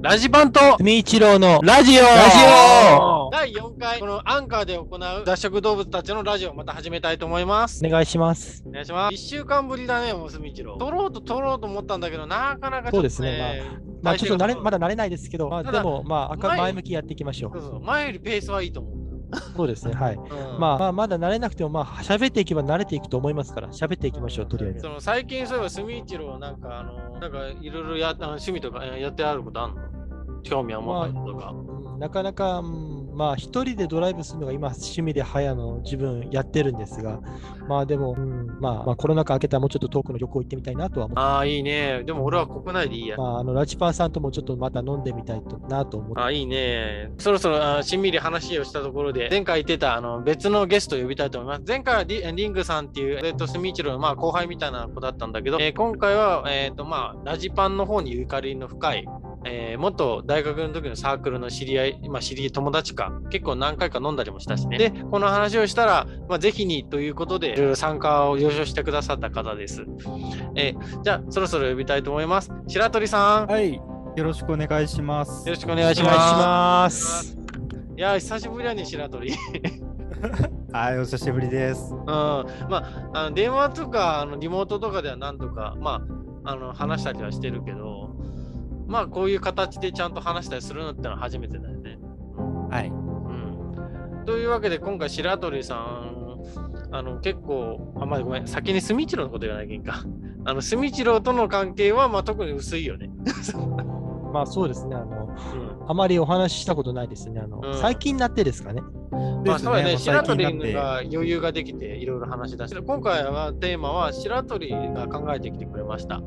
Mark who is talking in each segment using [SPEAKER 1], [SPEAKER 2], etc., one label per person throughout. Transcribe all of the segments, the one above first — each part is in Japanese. [SPEAKER 1] ラジバンと
[SPEAKER 2] みいちろうのラジオラジオ
[SPEAKER 1] 第4回、このアンカーで行う脱色動物たちのラジオ、また始めたいと思います。
[SPEAKER 2] お願いします。
[SPEAKER 1] お願いします。1週間ぶりだね、おすみちろ。撮ろうと撮ろうと思ったんだけど、なかなかちょっと、ね、
[SPEAKER 2] そうですねまあ
[SPEAKER 1] 体
[SPEAKER 2] ち
[SPEAKER 1] 勢
[SPEAKER 2] ょ
[SPEAKER 1] が
[SPEAKER 2] っと慣れまだ慣れないですけど、まあ
[SPEAKER 1] た
[SPEAKER 2] で
[SPEAKER 1] だ
[SPEAKER 2] もまあ明る
[SPEAKER 1] 前
[SPEAKER 2] 前向きやっていきましょ
[SPEAKER 1] そう
[SPEAKER 2] う。
[SPEAKER 1] そう前よりペースはいいと思う。
[SPEAKER 2] そうですね、はい。
[SPEAKER 1] うん
[SPEAKER 2] まあまあまだ慣れなくてもまあ喋っていけば慣れていくと思いますから、喋っていきましょうとりあえず
[SPEAKER 1] そ。の最近そういえば、すみいちろう、なんか、あの、なんか、いろいろやあの趣味とかえやってあることあんの興味は持ったこととか。
[SPEAKER 2] うんなかなかうんまあ一人でドライブするのが今趣味で早の自分やってるんですが、まあでもうんまあまあコロナ禍明けたらもうちょっと遠くの旅行行ってみたいなとは思って。
[SPEAKER 1] ああ、いいね。でも俺は国内でいいや。
[SPEAKER 2] まあ、あのラチパーさんともちょっとまた飲んでみたいとなと思って
[SPEAKER 1] あいいね。そろそろあしんみり話をしたところで、前回言ってたあの別のゲストを呼びたいと思います。前回はリリングさんっていう、えっと、スミイチローの、まあ、後輩みたいな子だったんだけど、えー今回は、えっとまあ、ラジパンの方にゆかりの深い、えー元大学の時のサークルの知り合い、まあ、知り合い友達か、結構何回か飲んだりもしたしね。で、この話をしたら、まあ、ぜひにということで、いろいろ参加を了承してくださった方です。えーじゃあ、そろそろ呼びたいと思います。白鳥さん、よ
[SPEAKER 3] はい、よろしくお願いします。
[SPEAKER 1] ろしくお
[SPEAKER 2] お
[SPEAKER 1] 願いします。
[SPEAKER 2] ます。
[SPEAKER 1] いやー、久しぶりだね、白鳥。
[SPEAKER 3] はい、お久しぶりです。
[SPEAKER 1] うん、まあ、あの電話とかあのリモートとかではなんとか、まあ、あの話したりはしてるけど、まあ、こういう形でちゃんと話したりするのってのは初めてだよね。
[SPEAKER 3] はい、
[SPEAKER 1] うん、というわけで、今回、白鳥さん、あの結構、あ、まあ、ごめん、先に住一郎のこと言わなきゃいけんか。あの住一郎との関係は、まあ、特に薄いよね。
[SPEAKER 2] まあそうですね、あの、
[SPEAKER 1] うん
[SPEAKER 2] あまりお話ししたことないですね。あの、
[SPEAKER 1] うん
[SPEAKER 2] 最近になってですかね。
[SPEAKER 1] まあそうだね、
[SPEAKER 3] です
[SPEAKER 1] 白
[SPEAKER 3] もう最
[SPEAKER 1] 鳥
[SPEAKER 3] 近になっ
[SPEAKER 1] が余裕ができていろいろ話し出して、今回はテーマは白鳥が考えてきてくれました。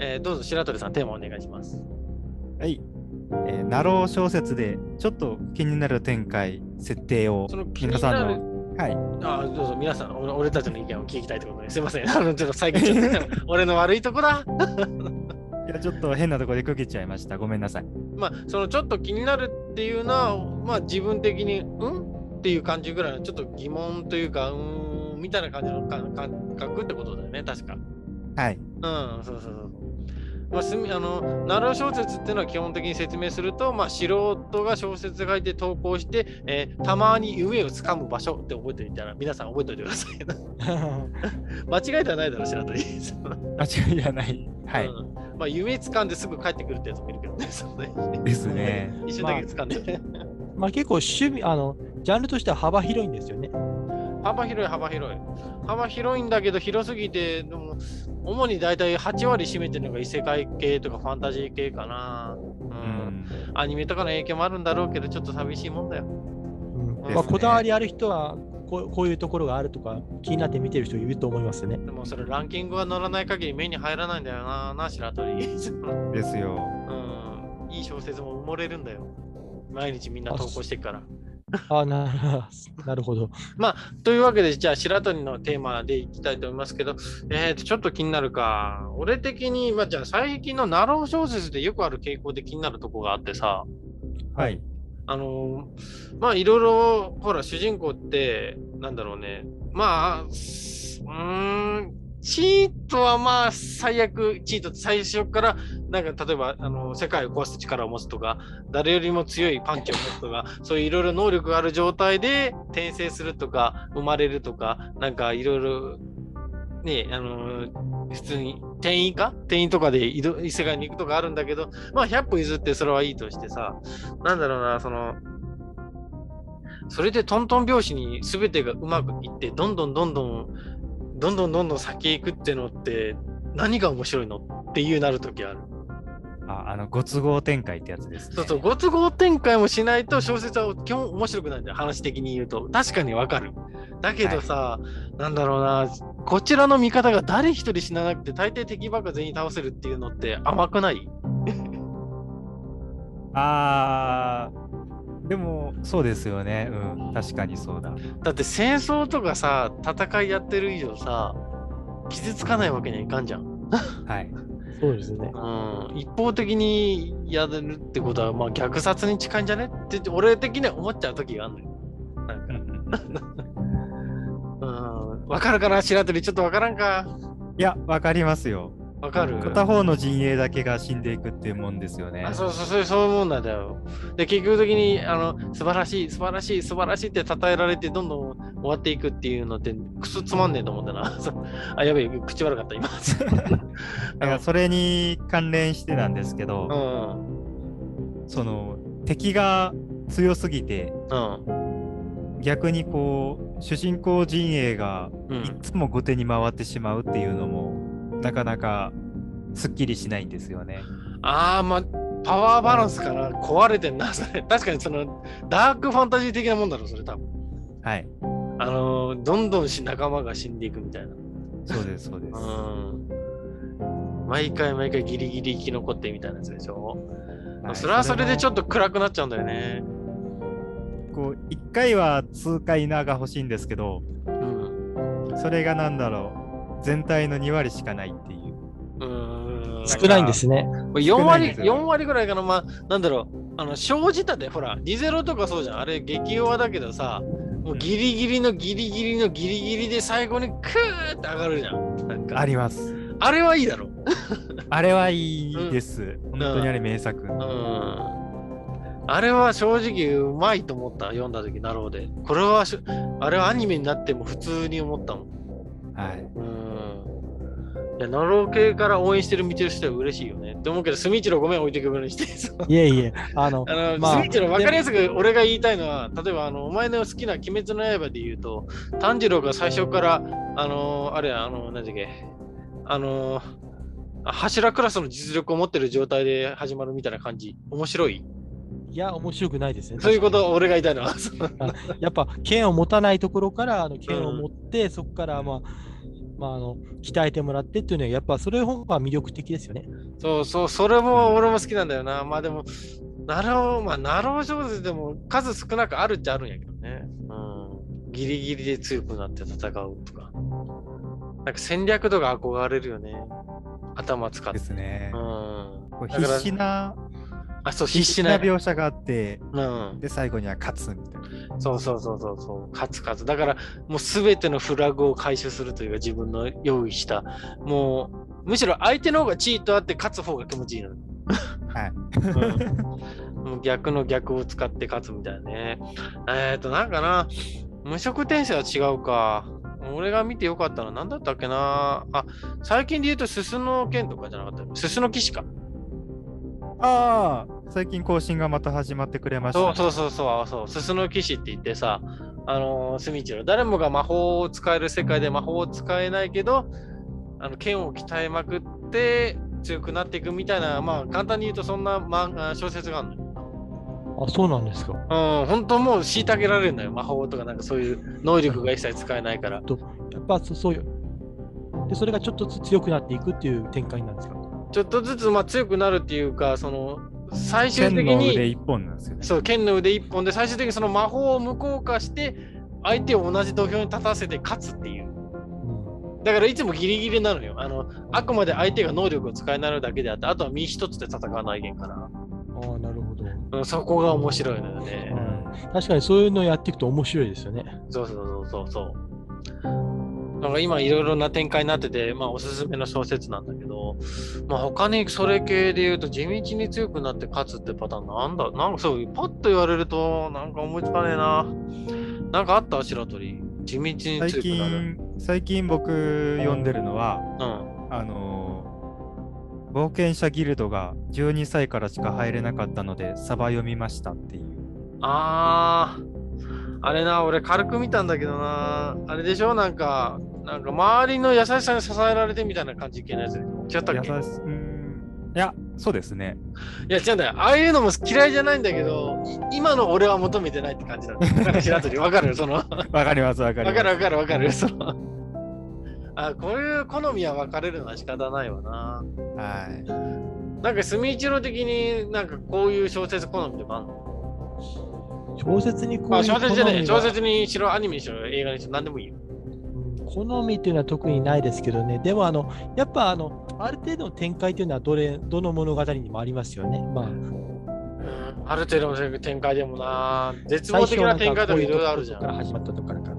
[SPEAKER 1] えーどうぞ白鳥さん、テーマお願いします。
[SPEAKER 3] てはい、えー、ナロー小説でちょっと気になる展開、設定を
[SPEAKER 1] その気にな
[SPEAKER 3] 皆
[SPEAKER 1] る
[SPEAKER 3] さんの、はい、
[SPEAKER 1] あーどうぞ皆さん俺、俺たちの意見を聞きたいってことです。すいません、 あのちょっと最近ちょっと 俺の悪いとこだ。
[SPEAKER 3] いやちょっと変なところで区切っちゃいました。ごめんなさい。
[SPEAKER 1] まあ、そのちょっと気になるっていうのは、まあ自分的に、うんっていう感じぐらいのちょっと疑問というか、うーんみたいな感じの感感覚ってことだよね、確か。
[SPEAKER 3] はい、
[SPEAKER 1] うん、そうそうそう。まあ、すみあのナロー小説っていうのは基本的に説明すると、まあ、素人が小説書いて投稿して、えーたまに上をつかむ場所って覚えておいたら皆さん覚えておいてください。 間違いではないだろう、白鳥。
[SPEAKER 3] 間違いじゃない。はい、
[SPEAKER 1] うんまあ、夢つかんですぐ帰ってくるってやつもいるけどね、そのね
[SPEAKER 3] ですね。
[SPEAKER 1] 一瞬だけつかんで、
[SPEAKER 2] まあ結構趣味、あの、ジャンルとしては幅広いんですよね。
[SPEAKER 1] 幅広い、幅広い。幅広いんだけど、広すぎて、でも主に大体8割占めてるのが異世界系とかファンタジー系かな。
[SPEAKER 3] う
[SPEAKER 1] うん
[SPEAKER 3] ん、
[SPEAKER 1] アニメとかの影響もあるんだろうけど、ちょっと寂しいもんだよ。
[SPEAKER 2] うん
[SPEAKER 1] です
[SPEAKER 2] ま
[SPEAKER 1] ね
[SPEAKER 2] あ、こだわりある人はこう、こういうところがあるとか、気になって見てる人いると思いますよね。
[SPEAKER 1] でもそれランキングが乗らない限り目に入らないんだよな、な、白鳥。う
[SPEAKER 3] ですよ。
[SPEAKER 1] ん、いい小説も埋もれるんだよ。毎日みんな投稿してっから。
[SPEAKER 2] あななるほど。
[SPEAKER 1] というわけで、じゃあ白鳥のテーマでいきたいと思いますけど、えーと、ちょっと気になるか。俺的に、まあ、じゃあ最近のナロー小説でよくある傾向で気になるとこがあってさ、
[SPEAKER 3] はい、
[SPEAKER 1] あのーまあいろいろほら主人公ってなんだろうねまあすうーんチートはまあ最悪チートって最初からなんか例えばあの世界を壊す力を持つとか誰よりも強いパンチを持つとかそういういろいろ能力がある状態で転生するとか生まれるとかなんかいろいろねあのー普通に転移か転移とかで移動異世界に行くとかあるんだけどまあ100歩譲ってそれはいいとしてさなんだろうな、その、それでトントン拍子に全てがうまくいって、どんどんどんどん、どんどんどんどん先へ行くってのって、何が面白いのっていうなるときある。
[SPEAKER 3] あ、あのご都合展開ってやつです、ね。
[SPEAKER 1] そうそう、ご都合展開もしないと小説は基本面白くないんだよ、話的に言うと。確かにわかる。だけどさ、なんだろうな、こちらの味方が誰一人死ななくて、大抵敵ばっか全員倒せるっていうのって甘くない
[SPEAKER 3] あー、でもそうですよね。うん、確かにそうだ。
[SPEAKER 1] だって戦争とかさ戦いやってる以上さ傷つかないわけにはいかんじゃん、うん、
[SPEAKER 3] はい。
[SPEAKER 2] そうですね。
[SPEAKER 1] 一方的にやるってことはまあ虐殺に近いんじゃねって俺的には思っちゃう時があるのよなん
[SPEAKER 3] う
[SPEAKER 1] か
[SPEAKER 3] ん
[SPEAKER 1] うん分かるかな白鳥ちょっと分からんか
[SPEAKER 3] いや、わかりますよ。
[SPEAKER 1] わかる
[SPEAKER 3] 片方の陣営だけが死んでいくっていうもんですよね。
[SPEAKER 1] あそうそうそうそういうもんなんだよ。で結局的にあの素晴らしい素晴らしい素晴らしいって称えられてどんどん終わっていくっていうのってくすつまんねえと思ってな。 そうあやべえ口悪かった今。
[SPEAKER 3] だからそれに関連してなんですけ
[SPEAKER 1] う
[SPEAKER 3] ど、
[SPEAKER 1] ん
[SPEAKER 3] その敵が強すぎて
[SPEAKER 1] うん
[SPEAKER 3] 逆にこう主人公陣営が
[SPEAKER 1] う
[SPEAKER 3] い
[SPEAKER 1] ん。
[SPEAKER 3] つも後手に回ってしまうっていうのもなかなかすっきりしないんですよね。
[SPEAKER 1] ああまあパワーバランスから壊れてんなそれ。確かにそのダークファンタジー的なもんだろそれ多分。
[SPEAKER 3] はい、
[SPEAKER 1] あのどんどんし仲間が死んでいくみたいな。
[SPEAKER 3] そうですそうです。
[SPEAKER 1] うん。毎回毎回ギリギリ生き残ってみたいなやつでしょ。
[SPEAKER 3] はい
[SPEAKER 1] それはそれでちょっ
[SPEAKER 3] と
[SPEAKER 1] と暗くなっちゃうんだよね。
[SPEAKER 3] こう一回は痛快なが欲しいんですけど、
[SPEAKER 1] うん。
[SPEAKER 3] それがなんだろう全体の2割しかないっていう。
[SPEAKER 1] うーん。
[SPEAKER 2] 少ないんですね。
[SPEAKER 1] これ4
[SPEAKER 3] 少ない
[SPEAKER 1] 割、
[SPEAKER 3] ですよ
[SPEAKER 1] 4割ぐらいかな。まあ、なんだろう。あの、生じたで、ほら、リゼロとかそうじゃん。あれ、激弱だけどさ、もうギリギリのギリギリのギリギリで最後にクーって上がるじゃん。なんか、
[SPEAKER 3] あります。
[SPEAKER 1] あれはいいだろ。
[SPEAKER 3] あれはいいです。本当にあれ名作。
[SPEAKER 1] うん。あれは正直うまいと思った。読んだ時、なるほどで。これはしょ、あれはアニメになっても普通に思ったもん。
[SPEAKER 3] はい。
[SPEAKER 1] うんいや、ナロー系から応援してる見てる人は嬉しいよね。って思うけど、住一郎ごめん置いてく分にして。 そう
[SPEAKER 2] いえいえ、あの、
[SPEAKER 1] あの、
[SPEAKER 2] まあ
[SPEAKER 1] 住一郎分かりやすく俺が言いたいのは、例えばあのお前の好きな鬼滅の刃で言うと、炭治郎が最初から、あの、あれや、あの、何だっけ、あの、柱クラスの実力を持ってる状態で始まるみたいな感じ。面白い。
[SPEAKER 2] いや、面白くないですね。
[SPEAKER 1] そういうこと、俺が言いたいのは。そう
[SPEAKER 2] やっぱ剣を持たないところからあの剣を持って、そこから、まあまあ、あの鍛えてもらってっていうのはやっぱそれの方が魅力的ですよね。
[SPEAKER 1] そうそう、それも俺も好きなんだよな。まあでも、ナロー、まあナロー小説でも数少なくあるっちゃあるんやけどね。うん。ギリギリで強くなって戦うとか。なんか戦略度が憧れるよね。頭使っ
[SPEAKER 3] で
[SPEAKER 1] て。
[SPEAKER 3] すね
[SPEAKER 1] う。ん。
[SPEAKER 3] こう
[SPEAKER 1] だから
[SPEAKER 3] 必死な
[SPEAKER 1] あ、そう、必死な。
[SPEAKER 3] 描写があって、
[SPEAKER 1] うん。
[SPEAKER 3] で最後には勝つみたいな。
[SPEAKER 1] そうそうそうそうそう。勝つ勝つ。だから、もうすべてのフラグを回収するというか、自分の用意した。もう、むしろ相手の方がチートあって勝つ方が気持ちいいの。
[SPEAKER 3] はい。
[SPEAKER 1] うんもう逆の逆を使って勝つみたいなね。えっ、と、なんかな、無職転生は違うか。俺が見てよかったのは何だったっけなあ、最近で言うと、すすの剣とかじゃなかった。すすの騎士か。
[SPEAKER 3] ああ、最近更新がまた始まってくれましたね、
[SPEAKER 1] そうそうそうそう、そう、すすの騎士って言ってさ、あのー、住一郎、誰もが魔法を使える世界で魔法を使えないけど、あの剣を鍛えまくって強くなっていくみたいな、まあ、簡単に言うと、そんな漫画小説があるのよ。
[SPEAKER 2] あそうなんですか。
[SPEAKER 1] うん、本当もう虐げられるのよ、魔法とかなんかそういう能力が一切使えないから。
[SPEAKER 2] やっぱそそういう。で、それがちょっとずつ強くなっていくっていう展開なんですか。
[SPEAKER 1] ちょっとずつまあ強くなるっていうか、その最終
[SPEAKER 3] 剣
[SPEAKER 1] 的
[SPEAKER 3] の腕
[SPEAKER 1] に、
[SPEAKER 3] 一本なんですよね。
[SPEAKER 1] そう、剣の腕一本で最終的にその魔法を無効化して、相手を同じ土俵に立たせて勝つっていう。
[SPEAKER 2] うん、
[SPEAKER 1] だからいつもギリギリなのよ。あの、あくまで相手が能力を使えないだけであって、あとは身一つで戦わないげんから。
[SPEAKER 2] ああ、なるほど。
[SPEAKER 1] うん、そこが面白いのよね。
[SPEAKER 2] 確かにそういうのをやっていくと面白いですよね。
[SPEAKER 1] そうそうそうそうそう。なんか今いろいろな展開になってて、まあおすすめの小説なんだけど、まあ他にそれ系で言うと地道に強くなって勝つってパターンなんだなんかそう、パッと言われるとなんか思いつかねえな。なんかあった白鳥。地道に強く
[SPEAKER 3] 最
[SPEAKER 1] なる。
[SPEAKER 3] 近、最近僕読んでるのは、
[SPEAKER 1] うん。
[SPEAKER 3] あのー冒険者ギルドが12歳からしか入れなかったので、サバ読みましたっていう。
[SPEAKER 1] あー、あれな、俺軽く見たんだけどな。あれでしょなんか、なんか周りの優しさに支えられてみたいな感じ系のやつでしょ。違ったっ
[SPEAKER 3] 優
[SPEAKER 1] け
[SPEAKER 3] しうーんいや、そうですね。
[SPEAKER 1] いや、違うんだよ。ああいうのも嫌いじゃないんだけど、い今の俺は求めてないって感じなん だよ。だから白鳥、わかるその、わか
[SPEAKER 3] わかります、わかります。
[SPEAKER 1] るわかるわかる。その、あこういう好みは分かれるのは仕方ないわな。
[SPEAKER 3] はい。
[SPEAKER 1] なんか、住一郎的になんかこういう小説好みとかあんの
[SPEAKER 2] 小説にこうい
[SPEAKER 1] あ、
[SPEAKER 2] う
[SPEAKER 1] 小説じゃない。
[SPEAKER 2] 好み
[SPEAKER 1] 小
[SPEAKER 2] が
[SPEAKER 1] 説にしろ、アニメにしろ、映画にしろ、何でもいいよ。
[SPEAKER 2] うん好みというのは特にないですけどね、でもあのやっぱあのある程度の展開というのはどれどの物語にもありますよね。まあ、
[SPEAKER 1] うん、ある程度の展開でもな、絶望的な展開でもいろいろあるじゃん。
[SPEAKER 2] 最初なんかこういうところから始まったところから。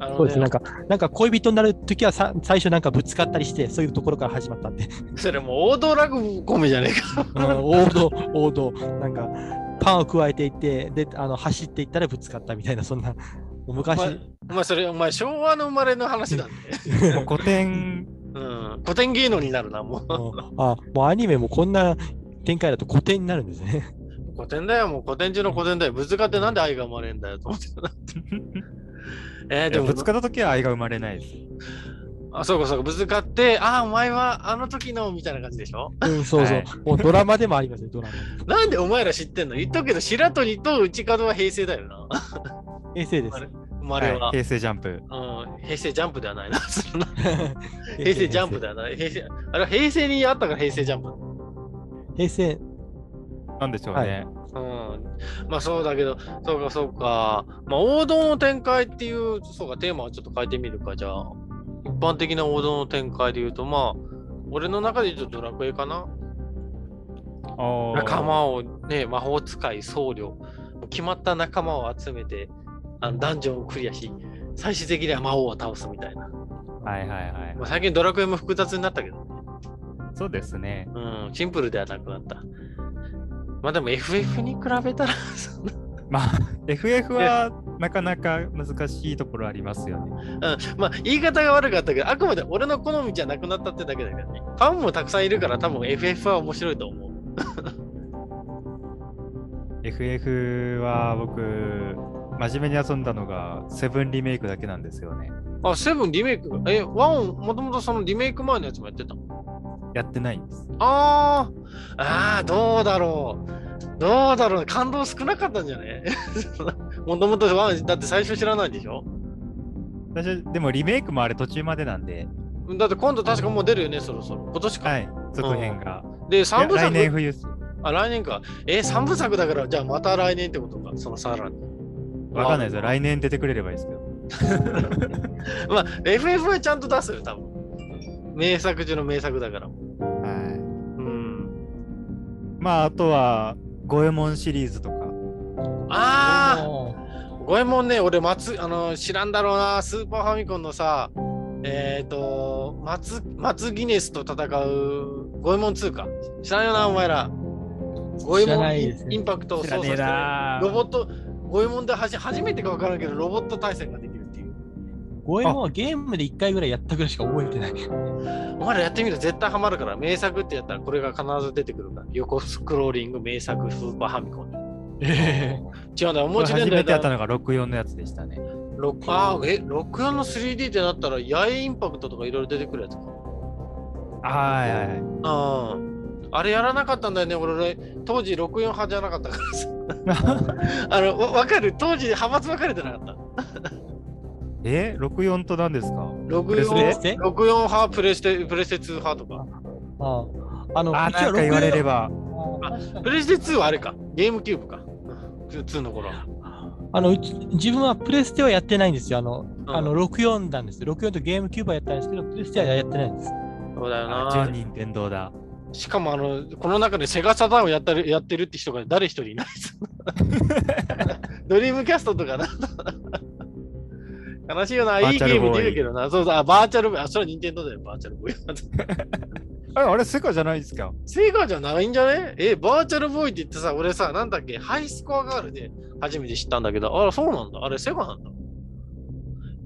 [SPEAKER 1] あのね
[SPEAKER 2] そうですなんか、なんか恋人になるときはさ最初なんかぶつかったりして、そういうところから始まった んで、
[SPEAKER 1] それもう王道落語メじゃねえか。
[SPEAKER 2] うん王道、王道、なんか、パンを加えていって、で、あの走っていったらぶつかったみたいな、そんな、
[SPEAKER 1] お
[SPEAKER 2] もう
[SPEAKER 1] 前
[SPEAKER 2] 昔、、
[SPEAKER 1] お前それ、お前昭和の生まれの話なんで。
[SPEAKER 3] も う古典
[SPEAKER 1] うん。古典芸能になるな、もう。
[SPEAKER 2] もうあもうアニメもこんな展開だと古典になるんです ね。
[SPEAKER 1] 古典だよ、もう古典中の古典だよ。ぶつかってなんで愛が生まれんだよ、と思って。 えー、
[SPEAKER 3] い
[SPEAKER 1] で
[SPEAKER 3] や
[SPEAKER 1] も、
[SPEAKER 3] ぶつかった時は愛が生まれないです。
[SPEAKER 1] あ、そうかそうか、ぶつかって、ああ、お前はあの時の、みたいな感じでしょ
[SPEAKER 2] うん、そうそう、
[SPEAKER 3] はい
[SPEAKER 2] もうドラマでもありますね、ドラマ。
[SPEAKER 1] なんでお前ら知ってんの言ったけど、白鳥と内門は平成だよな。
[SPEAKER 2] 平成です。
[SPEAKER 1] 生まれは。
[SPEAKER 3] はい平成ジャンプ。
[SPEAKER 1] うん、平成ジャンプではないな。 そんな
[SPEAKER 2] 平
[SPEAKER 1] 平成ジャンプではない。平成あれは平成にあったから平成ジャンプ。
[SPEAKER 2] 平成。
[SPEAKER 3] なんでしょうね。
[SPEAKER 1] うん、まあそうだけど、そうかそうか。まあ王道の展開っていう、そうか、テーマをちょっと変えてみるか、じゃあ。一般的な王道の展開で言うと、まあ、俺の中で言うとドラクエかな。
[SPEAKER 3] ああ
[SPEAKER 1] 仲間をね、魔法使い、僧侶、決まった仲間を集めて、あのダンジョンをクリアし、最終的には魔王を倒すみたいな。
[SPEAKER 3] はいはいはい。
[SPEAKER 1] まあ、最近ドラクエも複雑になったけど、
[SPEAKER 3] そうですね。
[SPEAKER 1] うん、シンプルではなくなった。まあでも FF に比べたら、そんな
[SPEAKER 3] まあ、FF はなかなか難しいところありますよ
[SPEAKER 1] う
[SPEAKER 3] ね。
[SPEAKER 1] ん、まあ言い方が悪かったけどあくまで俺の好みじゃなくなったってだけだけどねファンもたくさんいるから多分 FF は面白いと思う
[SPEAKER 3] FF は僕、真面目に遊んだのが、セブンリメイクだけなんですよね。
[SPEAKER 1] あセブンリメイクえワンもともとそのリメイク前のやつもやってたの
[SPEAKER 3] やってないんです。
[SPEAKER 1] あーあーどうだろうどうだろう感動少なかったんじゃね もともとワンだって最初知らないでしょ
[SPEAKER 3] 最初、でもリメイクもあれ途中までなんで、
[SPEAKER 1] だって今度確かもう出るよねそろそろ今年か、
[SPEAKER 3] はい、続編が。
[SPEAKER 1] で
[SPEAKER 3] いや
[SPEAKER 1] 3部
[SPEAKER 3] 来
[SPEAKER 1] 作
[SPEAKER 3] 年冬っす、
[SPEAKER 1] あ来年かえ三3部作だからじゃあまた来年ってことかそのさらに
[SPEAKER 3] わかんないですよ。来年出てくれればいいですけど。
[SPEAKER 1] まあ、FF はちゃんと出すよ、多分。名作中の名作だから。
[SPEAKER 3] は
[SPEAKER 1] うん。
[SPEAKER 3] い。まあ、あとは、五右衛門シリーズとか。
[SPEAKER 1] あ
[SPEAKER 2] あ
[SPEAKER 1] あ五右衛門ね、俺松、あの、知らんだろうな、スーパーファミコンのさ、えっ、ー、と、松、松ギネスと戦う五右衛門2か。知らんよな、お前ら。五右衛
[SPEAKER 2] 知ら
[SPEAKER 1] 門
[SPEAKER 2] な
[SPEAKER 1] イ
[SPEAKER 2] い
[SPEAKER 1] ン,、
[SPEAKER 2] ですね
[SPEAKER 1] パクトを操作して、ロボット、五右衛門ではじ初めてか分からんけど、ロボット対戦ができるっていう。
[SPEAKER 2] 五右衛門はゲームで1回ぐらいやったぐらいしか覚えてない。
[SPEAKER 1] お前らやってみると絶対ハマるから、名作ってやったらこれが必ず出てくるから、横スクローリング名作スーパーファミコン。
[SPEAKER 2] え
[SPEAKER 1] 違うんだよ、お
[SPEAKER 3] これ
[SPEAKER 1] 餅
[SPEAKER 3] 初
[SPEAKER 1] 年代
[SPEAKER 3] めてや
[SPEAKER 1] だ
[SPEAKER 3] ったのが64のやつでしたね。
[SPEAKER 1] ろくあーえ64の 3D ってなったら、八重インパクトとかいろいろ出てくるやつか。
[SPEAKER 3] はいはいはい。
[SPEAKER 1] ああれやらなかったんだよね、俺、俺当時64派じゃなかったからさ。 あの、わわかる当時派閥分かれてなかった。
[SPEAKER 3] え ?64 と何ですかレス
[SPEAKER 1] 64
[SPEAKER 2] テ
[SPEAKER 1] 64派、プレステ、プレステ2派とか。
[SPEAKER 2] ああの
[SPEAKER 3] あ、なんか言われれ。ば。
[SPEAKER 1] プレステ2はあれか、ゲームキューブか。2の頃。
[SPEAKER 2] あのうち自分はプレステはやってないんですよ。あの、
[SPEAKER 1] ん
[SPEAKER 2] あの64なんです。64とゲームキューバーやったんですけど、プレステはやってないんです。
[SPEAKER 1] そうだよ
[SPEAKER 3] あ
[SPEAKER 1] な
[SPEAKER 3] 10。任天堂だ。
[SPEAKER 1] しかも、あの、この中でセガサターンをやったるやってるって人が誰一人いない です。ドリームキャストとかな。悲しいよな、
[SPEAKER 3] バ
[SPEAKER 1] い
[SPEAKER 3] ー
[SPEAKER 1] いゲ
[SPEAKER 3] チャ
[SPEAKER 1] ー
[SPEAKER 3] ルボーイ
[SPEAKER 1] ム出るけどな。そうそう、あバーチャルボーイ。あ、それは任天堂だよ、バーチャルボーイ。
[SPEAKER 3] あれ、あれセカじゃないですか
[SPEAKER 1] セガじゃないんじゃねえ、バーチャルボーイって言ってさ、俺さ、なんだっけ、ハイスコアガールで初めて知ったんだけど、あら、そうなんだ。あれ、セガなんだ。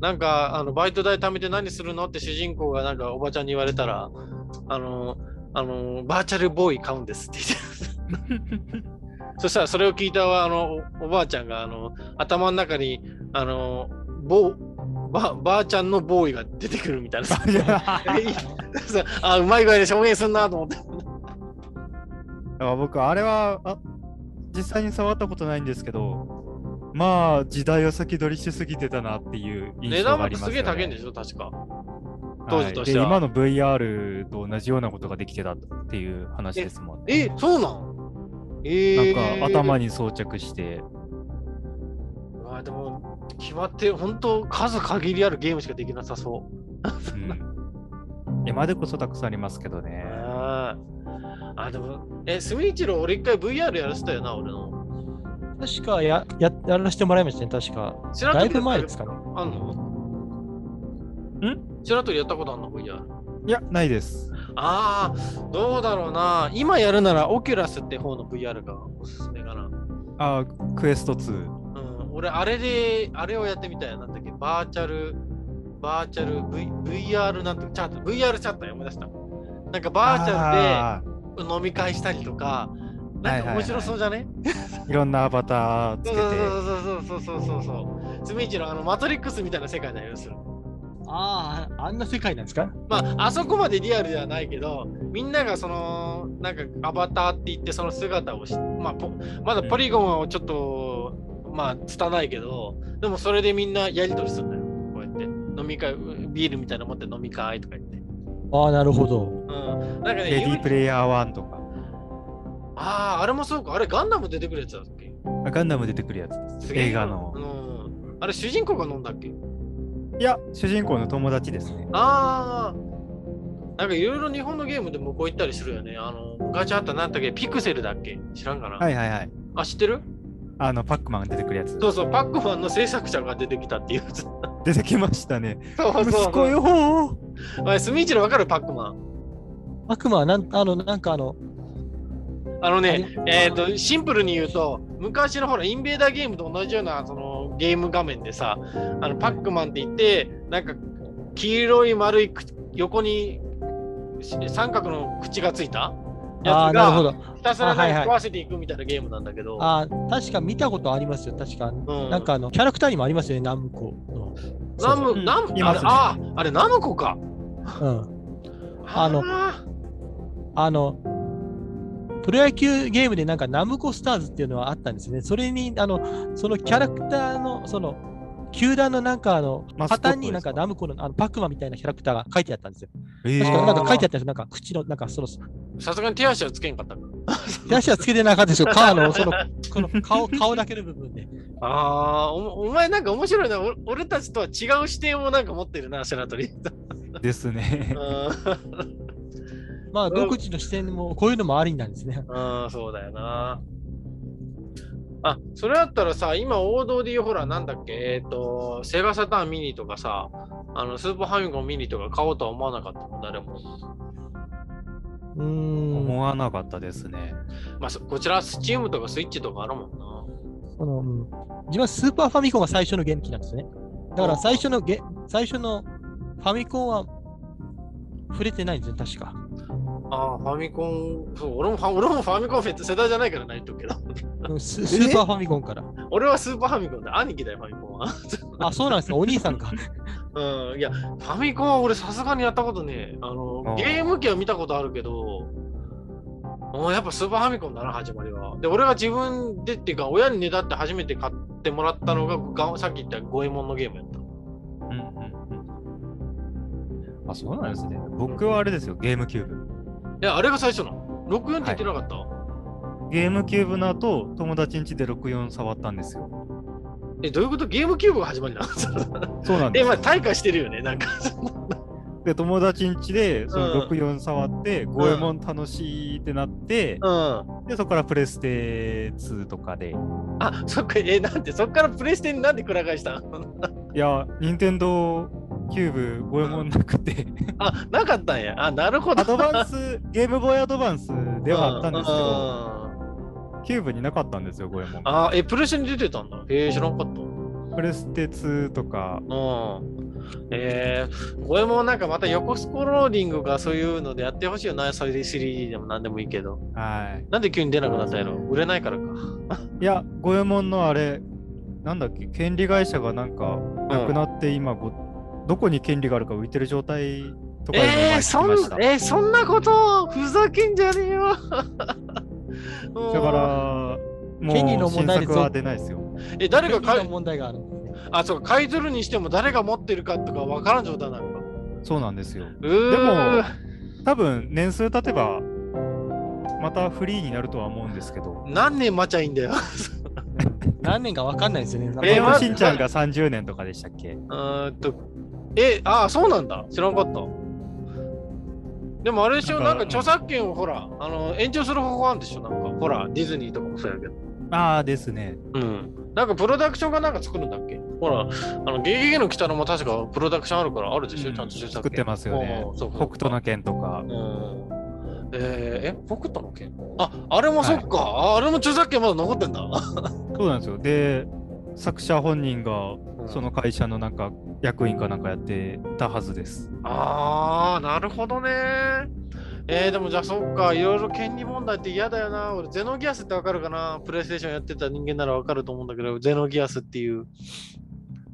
[SPEAKER 1] なんか、あの、バイト代貯めて何するのって主人公がなんかおばちゃんに言われたら、あの、あの、バーチャルボーイ買うんですって言って。そしたらそれを聞いたあのおおばあちゃんがあの頭の中にあのボーばばあちゃんのボーイが出てくるみ たいな
[SPEAKER 3] いや
[SPEAKER 1] そうあうまい具合で証言すんなと思って
[SPEAKER 3] あ僕、あれはあ、実際に触ったことないんですけど、まあ、時代を先取りしすぎてたなっていう印
[SPEAKER 1] 値
[SPEAKER 3] 象
[SPEAKER 1] 段
[SPEAKER 3] があ
[SPEAKER 1] も
[SPEAKER 3] りますす
[SPEAKER 1] げえ
[SPEAKER 3] よ、ね。
[SPEAKER 1] 高いんでしょ確か当時として
[SPEAKER 3] は
[SPEAKER 1] はい
[SPEAKER 3] で今の VR と同じようなことができてたっていう話ですもんね。
[SPEAKER 1] えそうなんえー、
[SPEAKER 3] なんか頭に装着して、
[SPEAKER 1] うわでも決まって本当数限りあるゲームしかできなさそう
[SPEAKER 3] うん今でこそたくさんありますけどね。
[SPEAKER 1] あーあでもえスミイチロー俺一回 VR やらせたよな俺の
[SPEAKER 2] 確かやややらせてもらいましたね、確か。
[SPEAKER 1] 知らん
[SPEAKER 2] だい
[SPEAKER 1] けど
[SPEAKER 2] ぶ前ですかね。
[SPEAKER 1] あんのん白鳥やったことあるの ?VR。
[SPEAKER 3] いや、ないです。
[SPEAKER 1] ああ、どうだろうな。今やるなら、オキュラスって方の VR がおすすめかな。
[SPEAKER 3] あークエスト2。
[SPEAKER 1] うん、俺、あれで、あれをやってみたいな。なんだっけ、バーチャル、バーチャル、v、VR なんて、チャット、VR チャットや思い出した。なんかバーチャ
[SPEAKER 3] ル
[SPEAKER 1] ルで飲み会したりとか、なんか面白そうじゃね、
[SPEAKER 3] で。いろんなアバターつけて。
[SPEAKER 1] そうそうそうそうそうそうそう。スミイチのあの、マトリックスみたいな世界だよ、要するに
[SPEAKER 2] ああ、あんな世界なんですか
[SPEAKER 1] まあ、あそこまでリアルではないけど、みんながその、なんかアバターって言って、その姿をし、まあ、ポまだポリゴンはちょっと、まあ、拙いけど、でもそれでみんなやり取りするんだよ。こうやって。飲み会、ビールみたいなの持って飲み会とか言って。
[SPEAKER 2] ああ、なるほど。
[SPEAKER 1] うん。なんか
[SPEAKER 3] レデ
[SPEAKER 1] ね、
[SPEAKER 3] ィープ
[SPEAKER 1] YouTube-
[SPEAKER 3] レイヤー1とか。
[SPEAKER 1] ああ、あれもそうか。あれ、ガンダム出てくるやつだっけ
[SPEAKER 3] あガンダム出てくるやつです。
[SPEAKER 1] すげえな
[SPEAKER 3] 映画の。
[SPEAKER 1] うん。あれ、主人公が飲んだっけ
[SPEAKER 3] いや、主人公の友達ですね。
[SPEAKER 1] ああ。なんかいろいろ日本のゲームで向こう行ったりするよね。あの、昔あったなんだっけピクセルだっけ知らんかな、
[SPEAKER 3] はいはいはい。
[SPEAKER 1] あ、知ってる
[SPEAKER 3] あの、パックマンが出てくるやつ。
[SPEAKER 1] そうそう、パックマンの制作者が出てきたっていうやつ。そう
[SPEAKER 3] 出てきましたね。
[SPEAKER 1] そう
[SPEAKER 3] 息子よー
[SPEAKER 1] おい、スミイチのわかるパックマン。
[SPEAKER 2] 悪魔はなん、あの、なんかあの、
[SPEAKER 1] あの
[SPEAKER 2] あ
[SPEAKER 1] ね、
[SPEAKER 2] れ
[SPEAKER 1] えっ、と、シンプルに言うと、昔のほら、インベーダーゲームと同じような、その、ゲーム画面でさ、あの、パックマンって言って、なんか、黄色い丸い口、横に、し三角の口がついた
[SPEAKER 2] あ
[SPEAKER 1] や
[SPEAKER 2] あ、
[SPEAKER 1] つ
[SPEAKER 2] なるほ
[SPEAKER 1] が、
[SPEAKER 2] ど。
[SPEAKER 1] ひたすら
[SPEAKER 2] あは
[SPEAKER 1] な
[SPEAKER 2] い
[SPEAKER 1] ん
[SPEAKER 2] はい
[SPEAKER 1] か壊せていくみたいなゲームなんだけど、
[SPEAKER 2] ああ、確か見たことありますよ。確か。
[SPEAKER 1] ん
[SPEAKER 2] なんかあの、キャラクターにもありますよね、ナムコの。
[SPEAKER 1] ナ
[SPEAKER 2] そう
[SPEAKER 1] ム、
[SPEAKER 3] うん
[SPEAKER 1] ナム、
[SPEAKER 3] い
[SPEAKER 1] あ
[SPEAKER 3] ま
[SPEAKER 1] れ
[SPEAKER 3] す、ね
[SPEAKER 1] あー、あれ、ナムコか。
[SPEAKER 2] そううん。あの
[SPEAKER 1] ー
[SPEAKER 2] あの、プロ野球ゲームでなんかナムコスターズっていうのはあったんですね。それに、あの、そのキャラクターの、その、球団のなんかあの、
[SPEAKER 3] マス
[SPEAKER 2] パ
[SPEAKER 3] コット
[SPEAKER 2] ターンになんか
[SPEAKER 3] ですか
[SPEAKER 2] ナムコのあのパックマンみたいなキャラクターが書いてあったんですよ。
[SPEAKER 3] え
[SPEAKER 2] 確か
[SPEAKER 1] あー
[SPEAKER 2] なんか書いてあったんですよ。なんか口の、なんかその、
[SPEAKER 1] さすがに手足はつけんかったか。
[SPEAKER 2] 手足はつけてなかった ですよ。顔の、その、この顔、顔だけの部分で。
[SPEAKER 1] ああ、おお前なんか面白いな。お俺たちとは違う視点をなんか持ってるな、白鳥。
[SPEAKER 3] ですね。
[SPEAKER 1] あ
[SPEAKER 2] まあ、独自の視点も、こういうのもありなんですね。
[SPEAKER 1] あー、そうだよな。あ、それだったらさ、今王道で言うほら、なんだっけ、えっ、と、セガサターンミニとかさ、あの、スーパーファミコンミニとか買おうとは思わなかったもん、誰も。
[SPEAKER 2] うーん。
[SPEAKER 3] 思わなかったですね。
[SPEAKER 1] まあ、そこちら、スチームとかスイッチとかあるもんな。
[SPEAKER 2] その、うん。自分はスーパーファミコンが最初のゲーム機なんですね。だから最初のゲ、最初のファミコンは触れてないんですね、確か。
[SPEAKER 1] ああ、ファミコン、そう、俺もファ俺もファミコンフェ世代じゃないからな、言っとくけど。
[SPEAKER 2] うんススーパーファミコンから。
[SPEAKER 1] 俺はスーパーファミコンで、兄貴だよ、ファミコンは。
[SPEAKER 2] あ、そうなんですか、お兄さんか。
[SPEAKER 1] うん、いや、ファミコンは俺さすがにやったことねえ。あの
[SPEAKER 3] あ、
[SPEAKER 1] ゲ
[SPEAKER 3] ー
[SPEAKER 1] ーム機は見たことあるけど、もうやっぱスーパーファミコンだな、始まりは。で、俺が自分でっていうか、親にねだって初めて買ってもらったのが、がさっき言った五右衛門のゲームやった。
[SPEAKER 3] うんうんうん。あ、そうなんですね。僕はあれですよ、ゲームキューブ。
[SPEAKER 1] いや、あれが最初なの。64って言ってなかった、
[SPEAKER 3] ゲームキューブの後、友達ん家で64触ったんですよ。
[SPEAKER 1] え、どういうことゲームキューブが始まりなの
[SPEAKER 3] そうなんで
[SPEAKER 1] え、
[SPEAKER 3] す
[SPEAKER 1] ま
[SPEAKER 3] よ
[SPEAKER 1] あ、退化してるよね、なんか。
[SPEAKER 3] で、友達ん家でその
[SPEAKER 1] うん
[SPEAKER 3] 64触って、五右衛門楽しいってなって、
[SPEAKER 1] うん。
[SPEAKER 3] で、そこからプレステ2とかで。
[SPEAKER 1] あ、そっか、え、なんて、そっからプレステになんでくら替えしたの
[SPEAKER 3] いや、任天堂キューブ五右衛門なく て、
[SPEAKER 1] あ、なかったんや。あ、なるほど。
[SPEAKER 3] アドバンス、ゲームボーイアドバンスではあったんですけ
[SPEAKER 1] う
[SPEAKER 3] ど、
[SPEAKER 1] うん
[SPEAKER 3] キューブになかったんですよ、五右衛門。
[SPEAKER 1] あーえ、プレステに出てたんだ。へえ、知らんかった。
[SPEAKER 3] プレステ2とか、
[SPEAKER 1] うん。えー、これもなんかまた横スコローリングがそういうのでやってほしいよな、それで 3D でも何でもいいけど。
[SPEAKER 3] はい。
[SPEAKER 1] なんで急に出なくなったんやろ売れないからか。
[SPEAKER 3] いや、五右衛門のあれ、なんだっけ、権利会社がなんか、なくなって今ご、どこに権利があるか浮いてる状態とかいうのを
[SPEAKER 1] えー、
[SPEAKER 3] 前聞き
[SPEAKER 1] そん
[SPEAKER 3] ました。
[SPEAKER 1] えーそんなことふざけんじゃねえ よ。
[SPEAKER 3] だか
[SPEAKER 1] うん、
[SPEAKER 3] ら、
[SPEAKER 2] 権利
[SPEAKER 3] も
[SPEAKER 2] の問
[SPEAKER 3] う新
[SPEAKER 2] 題で
[SPEAKER 3] 作は出ないですよ。
[SPEAKER 1] え、誰が
[SPEAKER 2] 権利
[SPEAKER 1] 買
[SPEAKER 2] の
[SPEAKER 1] い、
[SPEAKER 2] 問題があるんですね。
[SPEAKER 1] あ、そうか、買い取るにしても誰が持ってるかとかわからん状態なのか。
[SPEAKER 3] そうなんですよ。
[SPEAKER 1] うー
[SPEAKER 3] で多分、年数経てば、またフリーになるとは思うんですけど。
[SPEAKER 1] 何年待ちゃいいんだよ。
[SPEAKER 2] 何年か分かんないですよね。
[SPEAKER 1] えーま
[SPEAKER 3] ま
[SPEAKER 1] あ
[SPEAKER 3] あ、しんちゃんが30年とかでしたっけ
[SPEAKER 1] うーんと、え、ああ、そうなんだ。知らんかった。でもあれでしょ、
[SPEAKER 3] な
[SPEAKER 1] なんんか
[SPEAKER 3] か
[SPEAKER 1] 著作権をほら、あの、延長する方法あるんでしょ、なんか。ほら、ディズニーとかもそうやけど。
[SPEAKER 3] ああですね。
[SPEAKER 1] うん。なんかプロダクションがなんか作るんだっけほら、あの、ゲゲゲの鬼太郎も確かプロダクションあるからあるでしょ、
[SPEAKER 3] うん
[SPEAKER 1] ちゃんと制作
[SPEAKER 3] 作ってますよね
[SPEAKER 1] おーそう
[SPEAKER 3] 北斗の拳とか。
[SPEAKER 1] うん。えー、え、北斗の拳あ、あれもそっか。ああれも著作権まだ残ってんだ。
[SPEAKER 3] そうなんですよ。で、作者本人が
[SPEAKER 1] うん
[SPEAKER 3] その会社のなんか役員かなんかやってたはずです。
[SPEAKER 1] ああ、なるほどね。えー、でもじゃあそっか、いろいろ権利問題って嫌だよな。俺、ゼノギアスってわかるかなプレイステーションやってた人間ならわかると思うんだけど、ゼノギアスっていう。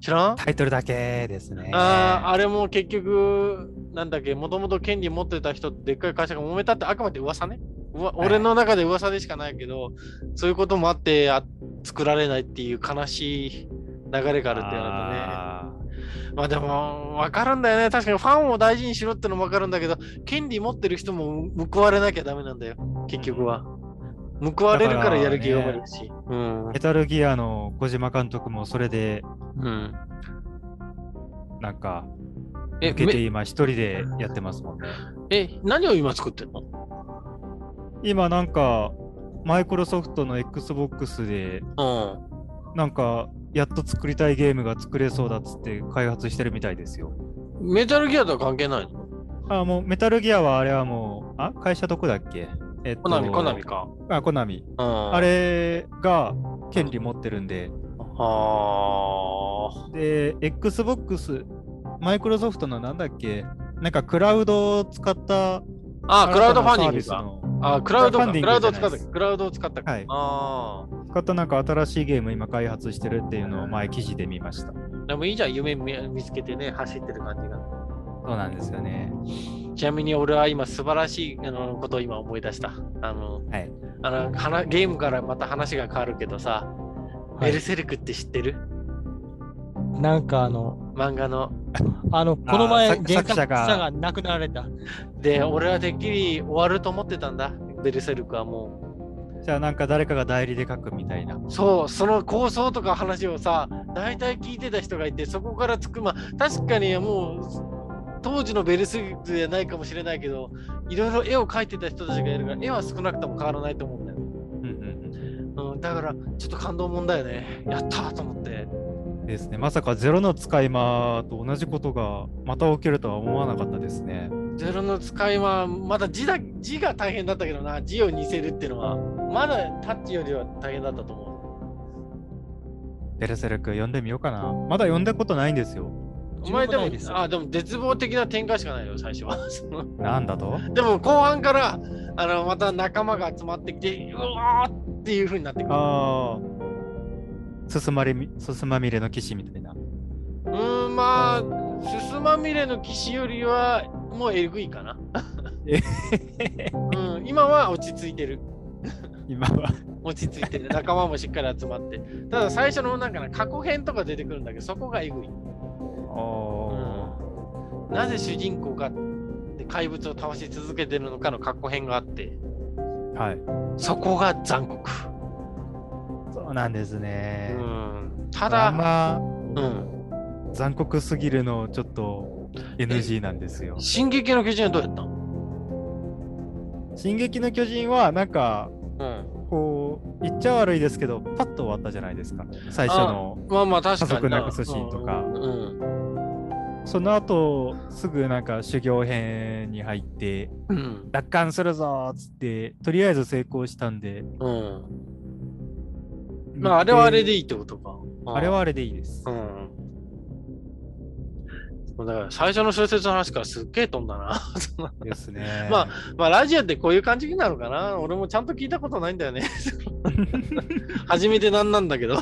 [SPEAKER 1] 知らん
[SPEAKER 3] タイトルだけですね。
[SPEAKER 1] あーあれも結局、なんだっけ、もともと権利持ってた人とでっかい会社が揉めたってあくまで噂ね。うわ
[SPEAKER 3] はい
[SPEAKER 1] 俺の中で噂でしかないけど、そういうこともあってあ作られないっていう悲しい流れがあるってやるとね。まあでも分かるんだよね。確かにファンを大事にしろってのも分かるんだけど、権利持ってる人も報われなきゃダメなんだよ、結局は。報われるからやる気が生まれるし。うん
[SPEAKER 3] メタルギアの小島監督もそれで
[SPEAKER 1] うん。
[SPEAKER 3] なんか
[SPEAKER 1] え、
[SPEAKER 3] 受けて
[SPEAKER 1] め
[SPEAKER 3] 今一人でやってますもんね。
[SPEAKER 1] え、何を今作ってんの
[SPEAKER 3] 今なんかマイクロソフトの XBOX で
[SPEAKER 1] うん。
[SPEAKER 3] なんかやっと作りたいゲームが作れそうだっつって開発してるみたいですよ。
[SPEAKER 1] メタルギアとは関係ないの
[SPEAKER 3] あもうメタルギアはあれはもうあ会社どこだっけえっと
[SPEAKER 1] コナミ、コナミか。
[SPEAKER 3] あコナミ
[SPEAKER 1] うん。
[SPEAKER 3] あれが権利持ってるんで
[SPEAKER 1] はあ。
[SPEAKER 3] で XBOX マイクロソフトのなんだっけなんかクラウドを使った
[SPEAKER 1] あ、クラウドファンディン
[SPEAKER 3] 新
[SPEAKER 1] グ
[SPEAKER 3] たなサ
[SPEAKER 1] か。
[SPEAKER 3] ービスの
[SPEAKER 1] あ、クラウドか。
[SPEAKER 3] クラウドファンディング
[SPEAKER 1] クラウドを
[SPEAKER 3] じゃ
[SPEAKER 1] 使
[SPEAKER 3] な
[SPEAKER 1] っ
[SPEAKER 3] い
[SPEAKER 1] た。クラウドを使っ
[SPEAKER 3] です
[SPEAKER 1] た。
[SPEAKER 3] はい
[SPEAKER 1] ああ。
[SPEAKER 3] 使ったなんか新しいゲーム今開発してるっていうのを前記事で見ました
[SPEAKER 1] でもいいじゃん、夢見見つけてね、走ってる感じが。
[SPEAKER 3] そうなんですよね
[SPEAKER 1] ちなみに俺は今素晴らしいあのことを今思い出した。あの、
[SPEAKER 3] はい
[SPEAKER 1] あのはなゲームからまた話が変わるけどさ、
[SPEAKER 3] はい
[SPEAKER 1] ベルセルクって知ってる
[SPEAKER 2] なんかあの、
[SPEAKER 1] 漫画の。
[SPEAKER 2] あの、この前、
[SPEAKER 3] さ
[SPEAKER 2] 原作
[SPEAKER 3] 作者
[SPEAKER 2] 者
[SPEAKER 3] が
[SPEAKER 2] が亡くなられた。
[SPEAKER 1] で、俺はてっきり終わると思ってたんだ、ベルセルクはも
[SPEAKER 3] じゃあなんか誰かが代理で書くみたいな
[SPEAKER 1] う。そう、その構想とか話をさ、大体聞いてた人がいて、そこからつく、まあ、確かにもう、当時のベルセルクじゃないかもしれないけど、いろいろ絵を描いてた人たちがいるから、絵は少なくとも変わらないと思うんだよ。
[SPEAKER 3] うんうん
[SPEAKER 1] うん、だから、ちょっと感動もんだよね。やったーと思って。
[SPEAKER 3] うんですねまさかゼロの使い魔と同じことがまた起きるとは思わなかったですね
[SPEAKER 1] ゼロの使いはまだ字だ字が大変だったけどな字を似せるっていうのはまだタッチよりは大変だったと思
[SPEAKER 3] ベルセルク読んでみようかなまだ読んだことないんですよ
[SPEAKER 1] うお前でも
[SPEAKER 2] 自分もないですよ
[SPEAKER 1] あでも絶望的な展開しかないよ最初は その
[SPEAKER 3] なんだと
[SPEAKER 1] でも後半からあのまた仲間が集まってきてうわーっていう風になってくる
[SPEAKER 3] ああすすまれみすすまみれの騎士みたいな
[SPEAKER 1] うーんまあすすまみれの騎士よりはもうえぐいかなうん今は落ち着いてる
[SPEAKER 3] 今は
[SPEAKER 1] 落ち着いてる仲間もしっかり集まってただ最初のなんかな過去編とか出てくるんだけどそこがえぐいなぜ主人公がで怪物を倒し続けてるのかの過去編があって
[SPEAKER 3] はい
[SPEAKER 1] そこが残酷、
[SPEAKER 3] そうなんですね、
[SPEAKER 1] うん、
[SPEAKER 3] た
[SPEAKER 1] た
[SPEAKER 3] だ
[SPEAKER 1] だ、
[SPEAKER 3] あんま
[SPEAKER 1] うん、
[SPEAKER 3] 残酷すぎるのちょっと NG なんですよ
[SPEAKER 1] 進撃の巨人はどうやったの、
[SPEAKER 3] 進撃の巨人はなんか
[SPEAKER 1] うん、
[SPEAKER 3] こう言っちゃ悪いですけどパッと終わったじゃないですか最初の
[SPEAKER 1] まあまあ確かに
[SPEAKER 3] 家族なくすシーンとか
[SPEAKER 1] うんうん
[SPEAKER 3] その後すぐなんか修行編に入って
[SPEAKER 1] うん
[SPEAKER 3] 奪還するぞーっつってとりあえず成功したんで
[SPEAKER 1] うんまああれはあれでいいってことか
[SPEAKER 3] あれはあれでいいです
[SPEAKER 1] うんそうだから最初の小説の話からすっげえ飛んだなその
[SPEAKER 3] ですね
[SPEAKER 1] ままあラジオってこういう感じなのかな俺もちゃんと聞いたことないんだよね。 初めてなんなんだけど。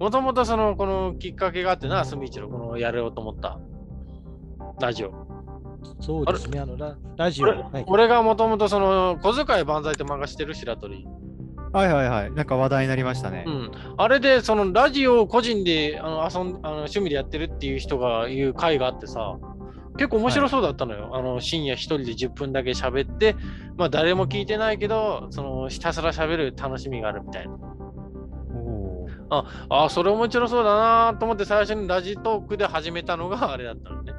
[SPEAKER 1] もともとそのこのきっかけがあってな、スミイチロこのやろうと思ったラジオ。
[SPEAKER 2] そうですね、あの、ララジオ。
[SPEAKER 1] 俺
[SPEAKER 2] はい
[SPEAKER 1] 俺がもともとその小遣い万歳って漫画してる白鳥。
[SPEAKER 3] はいはいはいなんか話題になりましたね、
[SPEAKER 1] うん。あれでそのラジオを個人であの遊んあの趣味でやってるっていう人が言う回があってさ、結構面白そうだったのよ。あの深夜一人で10分だけ喋って、まあ誰も聞いてないけど、そのひたすら喋る楽しみがあるみたいな。
[SPEAKER 3] おー
[SPEAKER 1] あそれ面白そうだなと思って最初にラジトークで始めたのがあれだったのね。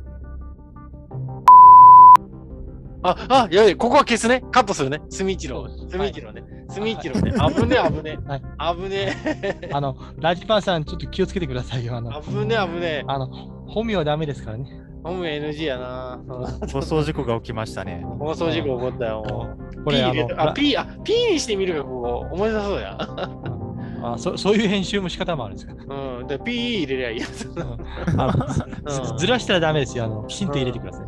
[SPEAKER 1] あ、あ、やべえ、ここは消すね。カットするね。住一郎。住一郎ね。積み木のね、危ね危ね
[SPEAKER 2] はい、
[SPEAKER 1] 危ね
[SPEAKER 2] あの、ラジパーさん、ちょっと気をつけてくださいよ。あの、
[SPEAKER 1] 危ね危ね、
[SPEAKER 2] あの本名はダメですからね。
[SPEAKER 1] 本名 NG やな。
[SPEAKER 3] 放送事故が起きましたね。
[SPEAKER 1] 放送事故起こったよ。
[SPEAKER 2] これ、
[SPEAKER 1] P
[SPEAKER 2] あ
[SPEAKER 1] 入れ
[SPEAKER 2] の
[SPEAKER 1] と、あ、P、あ、P にしてみるか、ここ。思い出そうや。
[SPEAKER 2] あそそういう編集も仕方もあるんですよ。
[SPEAKER 1] うん。で、P 入れりゃいいやつ。
[SPEAKER 2] あの
[SPEAKER 1] うん
[SPEAKER 2] ずらしたらダメですよ。あの、きちんと入れてください。
[SPEAKER 1] う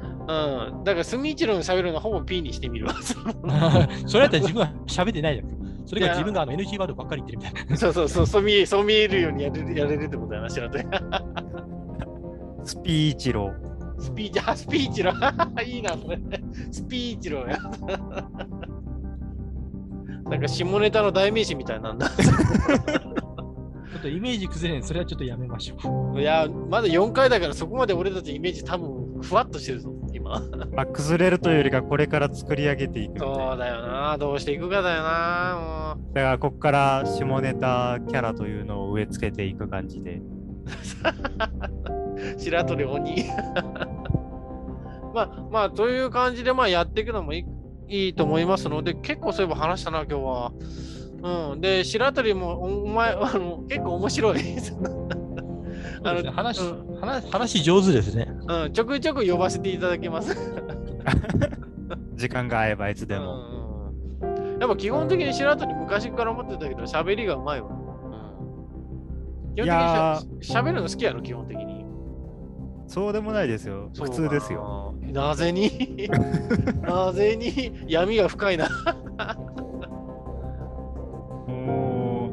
[SPEAKER 1] ん。だから、スミイチローの喋るのはほぼ P にしてみるわ。
[SPEAKER 2] それだったら自分は喋ってないじゃん。それが自分があの NG ワードばっかり言ってるみたいな。
[SPEAKER 1] そうそうそう、そう見えそう見えるようにやれるやれるってことやな、知らんと。
[SPEAKER 3] スピーチロ
[SPEAKER 1] スピーチ、あ、スピーチロー。 いいな、それ。スピーチローや。 なんか下ネタの代名詞みたいなんだ。
[SPEAKER 2] ちょっとイメージ崩れないそれはちょっとやめましょう。
[SPEAKER 1] いや、まだ4回だからそこまで俺たちイメージ多分ふわっとしてるぞ、今。
[SPEAKER 3] まあ、崩れるというよりか、これから作り上げていくみたい
[SPEAKER 1] そ
[SPEAKER 3] な。
[SPEAKER 1] うだよな、どうしていくかだよな、も
[SPEAKER 3] だから、ここから下ネタキャラというのを植え付けていく感じで。
[SPEAKER 1] う。白鳥鬼。 まあ、まあ、という感じで、まあ、やっていくのもいいいいと思いますので、結構そういえば話したな、今日は。うん、で、白鳥も、おお前、 あの、結構面白い。 あの
[SPEAKER 2] 話
[SPEAKER 1] う
[SPEAKER 2] 話話上手ですね。
[SPEAKER 1] うん、ちょくちょく呼ばせていただきます。
[SPEAKER 3] 時間が合えばいつでも。
[SPEAKER 1] うんうんやっぱ基本的に白鳥昔から思ってたけど、喋りがうまいわ。うん、基本的にし
[SPEAKER 3] い
[SPEAKER 1] ゃ
[SPEAKER 3] や
[SPEAKER 1] 喋るの好きやろ、基本的に。
[SPEAKER 3] そうでもないですよ。普通ですよ。
[SPEAKER 1] よ。なぜになぜに闇が深いな。
[SPEAKER 3] も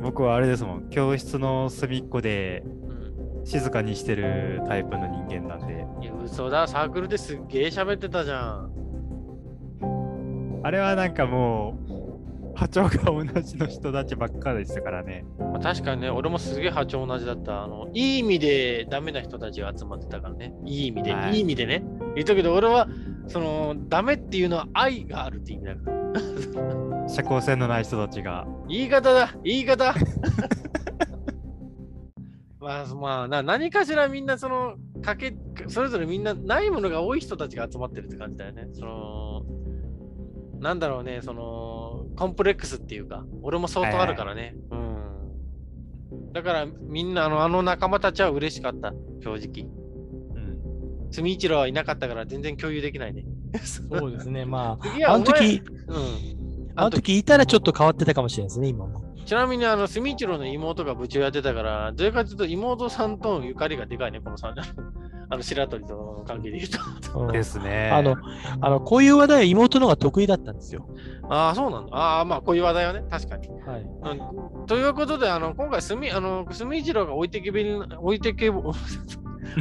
[SPEAKER 3] う、僕はあれですもん。教室の隅っこで
[SPEAKER 1] うん
[SPEAKER 3] 静かにしてるタイプの人間なんで。
[SPEAKER 1] いや、嘘だ、サークルですっげえ喋ってたじゃん。
[SPEAKER 3] あれはなんかもう、波長が同じの人たちばっかりでしたからね。
[SPEAKER 1] まあ確かにね、俺もすげえ波長同じだった。あの、いい意味でダメな人たちが集まってたからね。いい意味で、、
[SPEAKER 3] はいい
[SPEAKER 1] い意味でね。言ったけど、俺は、その、ダメっていうのは愛があるって意味だから。
[SPEAKER 3] 社交性のない人たちが。
[SPEAKER 1] 言い方だ、言い方 まあ、まあな、何かしらみんなその、かけ、それぞれみんなないものが多い人たちが集まってるって感じだよね。その、なんだろうね、その、コンプレックスっていうか、俺も相当あるからね。うん。だからみんなあの、あの仲間たちは嬉しかった、正直。
[SPEAKER 3] うん。
[SPEAKER 1] 住一郎はいなかったから全然共有できない ね。
[SPEAKER 2] そうですね。ま
[SPEAKER 1] い
[SPEAKER 2] あ、
[SPEAKER 1] や
[SPEAKER 2] あの、時、
[SPEAKER 1] お前うん。
[SPEAKER 2] あの時いたらちょっと変わってたかもしれないですね、今も。
[SPEAKER 1] ちなみに、あの、住一郎の妹が部長やってたから、どれかというと妹さんとのゆかりがでかいね、この3人。 あの、白鳥との関係で言うと。
[SPEAKER 2] うん
[SPEAKER 3] ですね。
[SPEAKER 2] あの、あの、こういう話題は妹の方が得意だったんですよ。
[SPEAKER 1] ああ、そうなんだ。ああ、まあ、こういう話題はね、確かに。
[SPEAKER 2] はい。
[SPEAKER 1] うん、ということで、あの、今回、住、あの、住一郎が置いてけぼりな、置いてけぼ、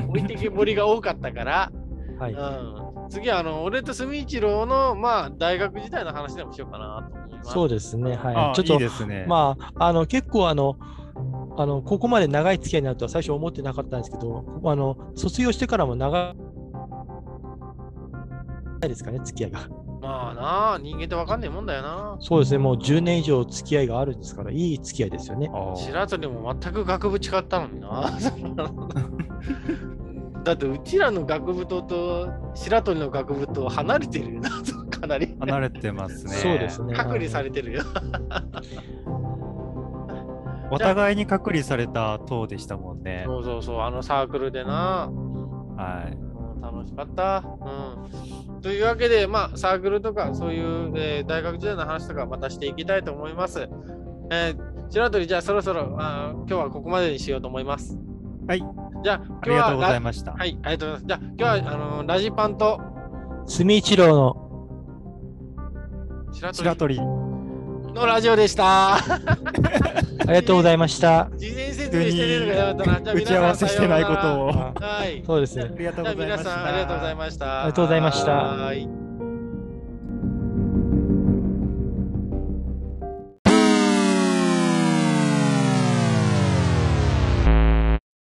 [SPEAKER 1] 置いてけぼりが多かったから、
[SPEAKER 2] はい。
[SPEAKER 1] うん。次は、あの、俺と住一郎の、まあ、大学時代の話でもしようかなと思います。
[SPEAKER 2] そうですね。は
[SPEAKER 3] あ
[SPEAKER 2] い。ちょっと
[SPEAKER 3] いいですね。
[SPEAKER 2] まあ、あの結構あのあのここまで長い付き合いになるとは最初思ってなかったんですけどあの卒業してからも長いですかね付き合いが
[SPEAKER 1] まあなあ、人間ってわかんないもんだよな。
[SPEAKER 2] そうですねもう10年以上付き合いがあるんですからいい付き合いですよね
[SPEAKER 3] あー
[SPEAKER 1] 白鳥も全く学部違ったのにな。 だってうちらの学部とと白鳥の学部と離れてるよな、 かなり。
[SPEAKER 3] 離れてますね。
[SPEAKER 2] そうですね
[SPEAKER 1] 隔離されてるよ。
[SPEAKER 3] お互いに隔離された党でしたもんね。
[SPEAKER 1] そうそうそう、あのサークルでな。
[SPEAKER 3] はい。
[SPEAKER 1] うん楽しかった。うん。というわけで、まあ、サークルとか、そういう、えー大学時代の話とか、またしていきたいと思います。えー白鳥、じゃあそろそろあー今日はここまでにしようと思います。
[SPEAKER 3] はい。
[SPEAKER 1] じゃあ、今
[SPEAKER 3] あ
[SPEAKER 1] 日
[SPEAKER 3] り
[SPEAKER 1] は
[SPEAKER 3] がとうござい
[SPEAKER 1] ラ
[SPEAKER 3] ました。
[SPEAKER 1] はい、ありがとうございます。じゃあ、今日は、あのーラジパンと、
[SPEAKER 2] 住一郎の
[SPEAKER 1] 白鳥
[SPEAKER 3] 白鳥、
[SPEAKER 1] のラジオでした。
[SPEAKER 2] ありがとうございました
[SPEAKER 1] 事前説
[SPEAKER 3] 急
[SPEAKER 1] 明
[SPEAKER 3] に
[SPEAKER 1] してねえのかよかったな。
[SPEAKER 3] 打ち合わせしてないこと
[SPEAKER 1] を。
[SPEAKER 3] を。
[SPEAKER 2] あ
[SPEAKER 1] はい。
[SPEAKER 2] そうですね
[SPEAKER 3] ありがと
[SPEAKER 1] じゃあ皆さんありがとうございました。
[SPEAKER 2] ありがとうございました
[SPEAKER 1] はーい。